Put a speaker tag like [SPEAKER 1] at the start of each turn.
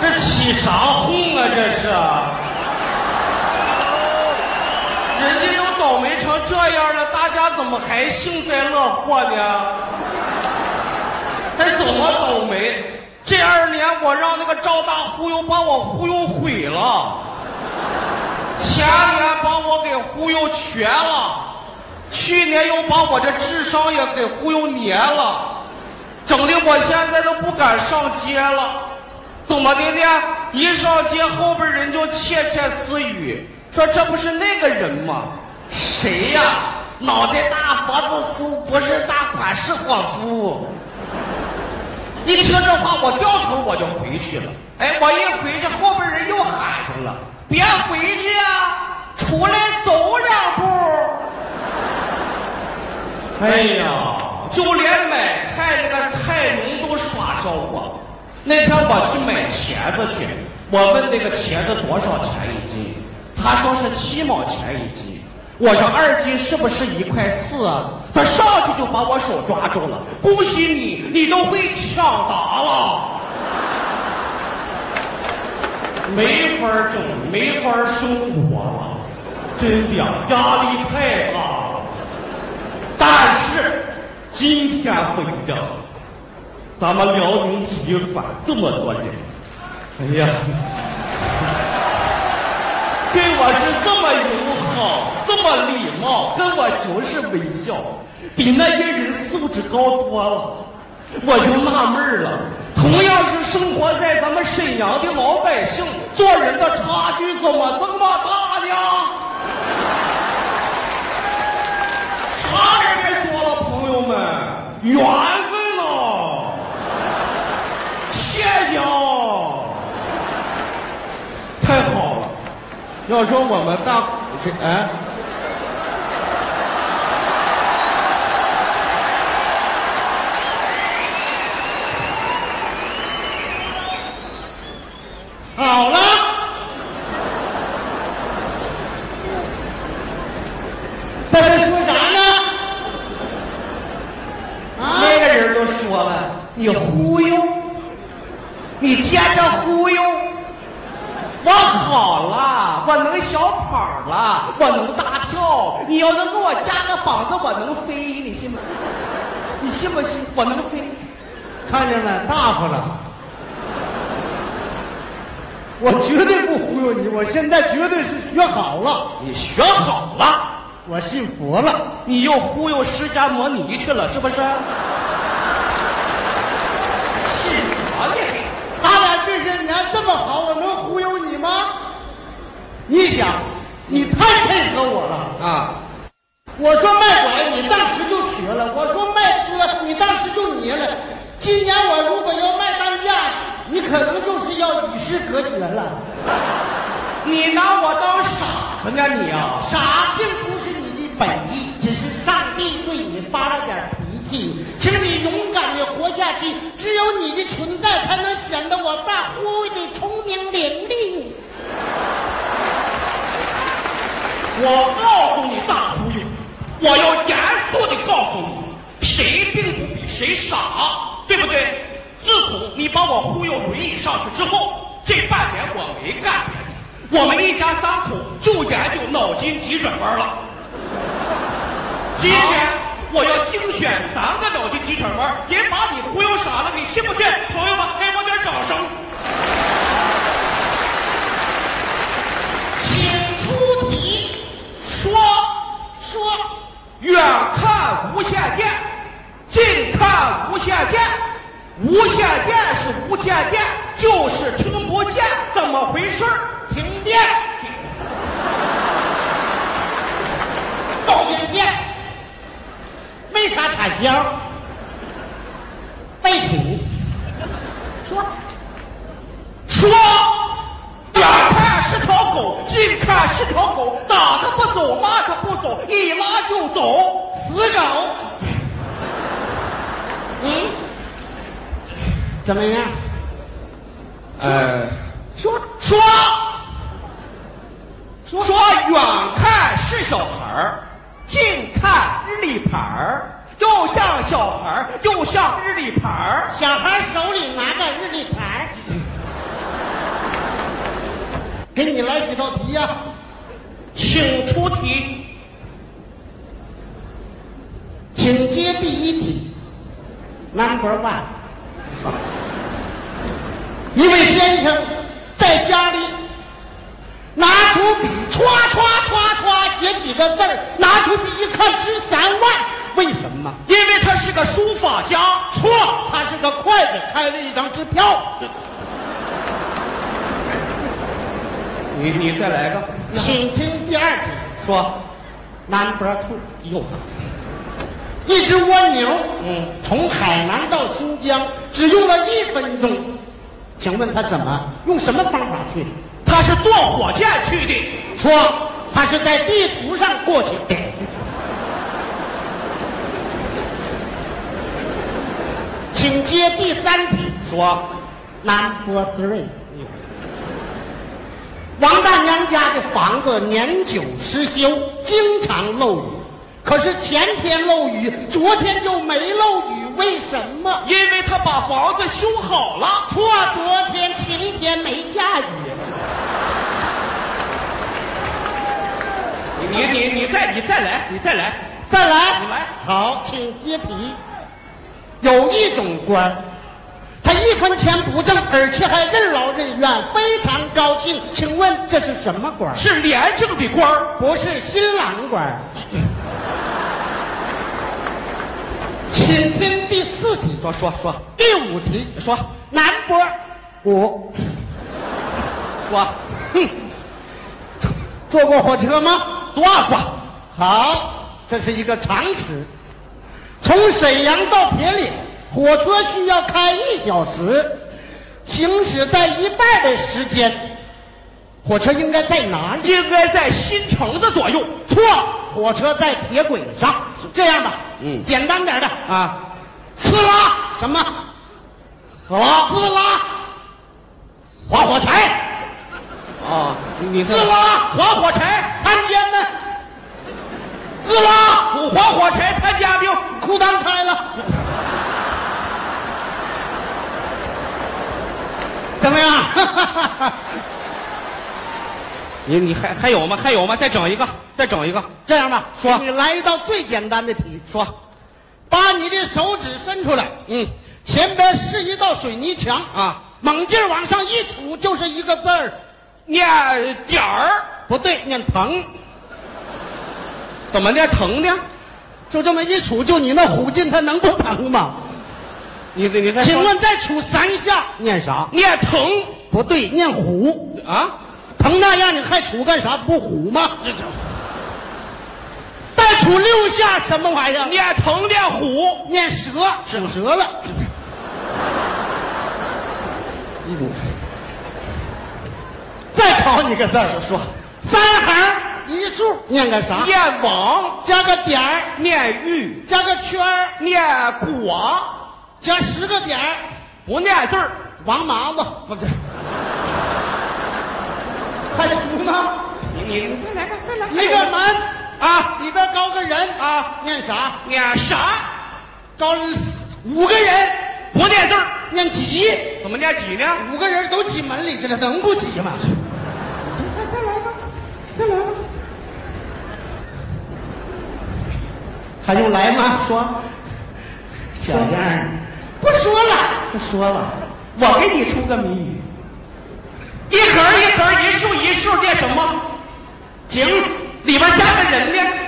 [SPEAKER 1] 这起啥哄啊？这是，人家都倒霉成这样了，大家怎么还幸灾乐祸呢？还怎么倒霉？这二年我让那个赵大忽悠把我忽悠毁了，前年把我给忽悠瘸了，去年又把我这智商也给忽悠黏了，整的我现在都不敢上街了。怎么的呢？一上街后边人就窃窃私语，说这不是那个人吗？谁呀、脑袋大脖子粗，不是大款是伙夫。 一听这话，我掉头我就回去了。哎，我一回去，后边人又喊上了：“别回去啊，出来走两步。”哎呀，就连买菜这个菜农都耍笑我。那天我去买茄子去，我问那个茄子多少钱一斤，他说是七毛钱一斤。我说二斤是不是一块四啊？他上去就把我手抓住了，恭喜你，你都会抢答了。没法儿整，没法儿生活了，真的压力太大了。但是今天不一样，咱们辽宁体育馆这么多人，哎呀， 对我是这么友好，这么礼貌，跟我就是微笑，比那些人素质高多了。我就纳闷儿了，同样是生活在咱们沈阳的老百姓，做人的差距怎么这么大呢？差点别说了，朋友们，缘分呐！谢谢啊，太好了。要说我们大鼓是哎，好了，在这说啥呢？那个人都说了，你忽悠，你接着忽悠。我好了，我能小跑了，我能大跳。你要能给我加个膀子，我能飞，你信吗？你信不信？我能飞，
[SPEAKER 2] 看见没？大发了！我绝对不忽悠你，我现在绝对是学好了，
[SPEAKER 1] 你学好了，
[SPEAKER 2] 我信佛了。
[SPEAKER 1] 你又忽悠释迦摩尼去了，是不是？信佛呢？
[SPEAKER 2] 他俩这些年这么好，我能忽悠你吗？你想，你太配合我了。
[SPEAKER 1] 啊，
[SPEAKER 2] 我说卖拐，你当时就瘸了；我说卖车，你当时就捏了。今年我如果要卖单价，你可能就是要与世隔绝了。
[SPEAKER 1] 你拿我当傻子呢你啊？
[SPEAKER 2] 傻并不是你的本意，只是上帝对你发了点脾气，请你勇敢的活下去。只有你的存在，才能显得我大忽悠的聪明伶俐。
[SPEAKER 1] 我告诉你，大忽悠，我要严肃的告诉你，谁并不比谁傻，对不对？自从你把我忽悠轮椅上去之后，这半年我没干别的，我们一家三口就研究脑筋急转弯了。今天我要精选三个脑筋急转弯，也把你忽悠傻了，你信不信？朋友们，给我点掌声！
[SPEAKER 2] 请出题，
[SPEAKER 1] 说
[SPEAKER 2] 说
[SPEAKER 1] 远看无线电，近看无线电，无线电是无线电，就是听不见，怎么回事儿？
[SPEAKER 2] 停电，保险电，为啥产销？废品，说。
[SPEAKER 1] 说，远看是条狗，近看是条狗，打它不走，骂它不走，一拉就走。
[SPEAKER 2] 死狗。嗯，怎么样？
[SPEAKER 1] 呃，
[SPEAKER 2] 说
[SPEAKER 1] 说说远看是小孩儿，近看日历牌儿，又像小孩儿，又像日历牌儿。
[SPEAKER 2] 小孩手里拿个日历牌，给你来几道题呀、
[SPEAKER 1] 请出题。
[SPEAKER 2] 请接第一题，Number one。一位先生在家里拿出笔，歘歘歘歘写几个字儿，拿出笔一看是三万，为什么？
[SPEAKER 1] 因为他是个书法家。
[SPEAKER 2] 错，他是个会计，开了一张支票。
[SPEAKER 1] 你你再来个，
[SPEAKER 2] 请听第二题
[SPEAKER 1] 说，
[SPEAKER 2] ，Number two。
[SPEAKER 1] 哟，
[SPEAKER 2] 一只蜗牛，
[SPEAKER 1] 嗯，
[SPEAKER 2] 从海南到新疆只用了一分钟，请问他怎么用什么方法去？
[SPEAKER 1] 他是坐火箭去的。
[SPEAKER 2] 错，他是在地图上过去的。请接第三题
[SPEAKER 1] 说，
[SPEAKER 2] ，Number three。王大娘家的房子年久失修，经常漏雨。可是前天漏雨，昨天就没漏雨，为什么？
[SPEAKER 1] 因为他把房子修好了。
[SPEAKER 2] 错，昨天晴天没下雨。
[SPEAKER 1] 你你你再你再来，你再来。
[SPEAKER 2] 再来，
[SPEAKER 1] 你来
[SPEAKER 2] 好，请接题。有一种官，他一分钱不挣，而且还任劳任怨，非常高兴。请问这是什么官？
[SPEAKER 1] 是廉政的官儿，
[SPEAKER 2] 不是新郎官。请听第四题、
[SPEAKER 1] 说说说
[SPEAKER 2] 第五题。
[SPEAKER 1] 说
[SPEAKER 2] 南波五，
[SPEAKER 1] 说，
[SPEAKER 2] 坐过火车吗？
[SPEAKER 1] 多寡
[SPEAKER 2] 好，这是一个常识。从沈阳到铁岭，火车需要开一小时，行驶在一半的时间，火车应该在哪里？
[SPEAKER 1] 应该在新城子左右。
[SPEAKER 2] 错，火车在铁轨上。这样吧，
[SPEAKER 1] 嗯
[SPEAKER 2] 简单点的，
[SPEAKER 1] 啊，
[SPEAKER 2] 刺拉什么？
[SPEAKER 1] 好了
[SPEAKER 2] 刺拉划火柴，
[SPEAKER 1] 啊，你你
[SPEAKER 2] 刺拉
[SPEAKER 1] 划火柴，
[SPEAKER 2] 看见没？刺拉
[SPEAKER 1] 不划火柴看家兵，
[SPEAKER 2] 裤裆开了，怎么样？
[SPEAKER 1] 你你还还有吗？还有吗？再整一个，再整一个，
[SPEAKER 2] 这样吧，
[SPEAKER 1] 说
[SPEAKER 2] 给你来一道最简单的题，
[SPEAKER 1] 说，
[SPEAKER 2] 把你的手指伸出来，
[SPEAKER 1] 嗯，
[SPEAKER 2] 前边是一道水泥墙
[SPEAKER 1] 啊，
[SPEAKER 2] 猛劲儿往上一杵就是一个字儿，
[SPEAKER 1] 念点儿
[SPEAKER 2] 不对，念疼，
[SPEAKER 1] 怎么念疼呢？
[SPEAKER 2] 就这么一杵，就你那虎劲，它能不疼吗？
[SPEAKER 1] 你你再说
[SPEAKER 2] 请问再杵三下，念啥？
[SPEAKER 1] 念疼
[SPEAKER 2] 不对，念虎，
[SPEAKER 1] 啊？
[SPEAKER 2] 疼那样你还杵干啥？不虎吗？
[SPEAKER 1] 这这
[SPEAKER 2] 再杵六下什么玩意儿？
[SPEAKER 1] 念疼念虎，
[SPEAKER 2] 念折，杵折了。再考你个字儿，说三横一竖，念个啥？
[SPEAKER 1] 念王
[SPEAKER 2] 加个点儿，
[SPEAKER 1] 念玉
[SPEAKER 2] 加个圈儿，
[SPEAKER 1] 念果，
[SPEAKER 2] 加十个点儿，
[SPEAKER 1] 不念字儿。
[SPEAKER 2] 王麻子
[SPEAKER 1] 不是，
[SPEAKER 2] 还行吗？
[SPEAKER 1] 你你你再来个，再来
[SPEAKER 2] 一个门
[SPEAKER 1] 啊
[SPEAKER 2] 里边高个人，
[SPEAKER 1] 啊，
[SPEAKER 2] 念啥？
[SPEAKER 1] 念啥？
[SPEAKER 2] 高五个人，
[SPEAKER 1] 不念字儿，
[SPEAKER 2] 念挤，
[SPEAKER 1] 怎么念几呢？
[SPEAKER 2] 五个人都挤门里去了，能不挤吗？
[SPEAKER 1] 再再来个，再来个。
[SPEAKER 2] 还用来吗？说，小样儿，不说了，不说了。
[SPEAKER 1] 我给你出个谜语，一格一格，一竖一竖，念什么？
[SPEAKER 2] 井
[SPEAKER 1] 里边加个人呢？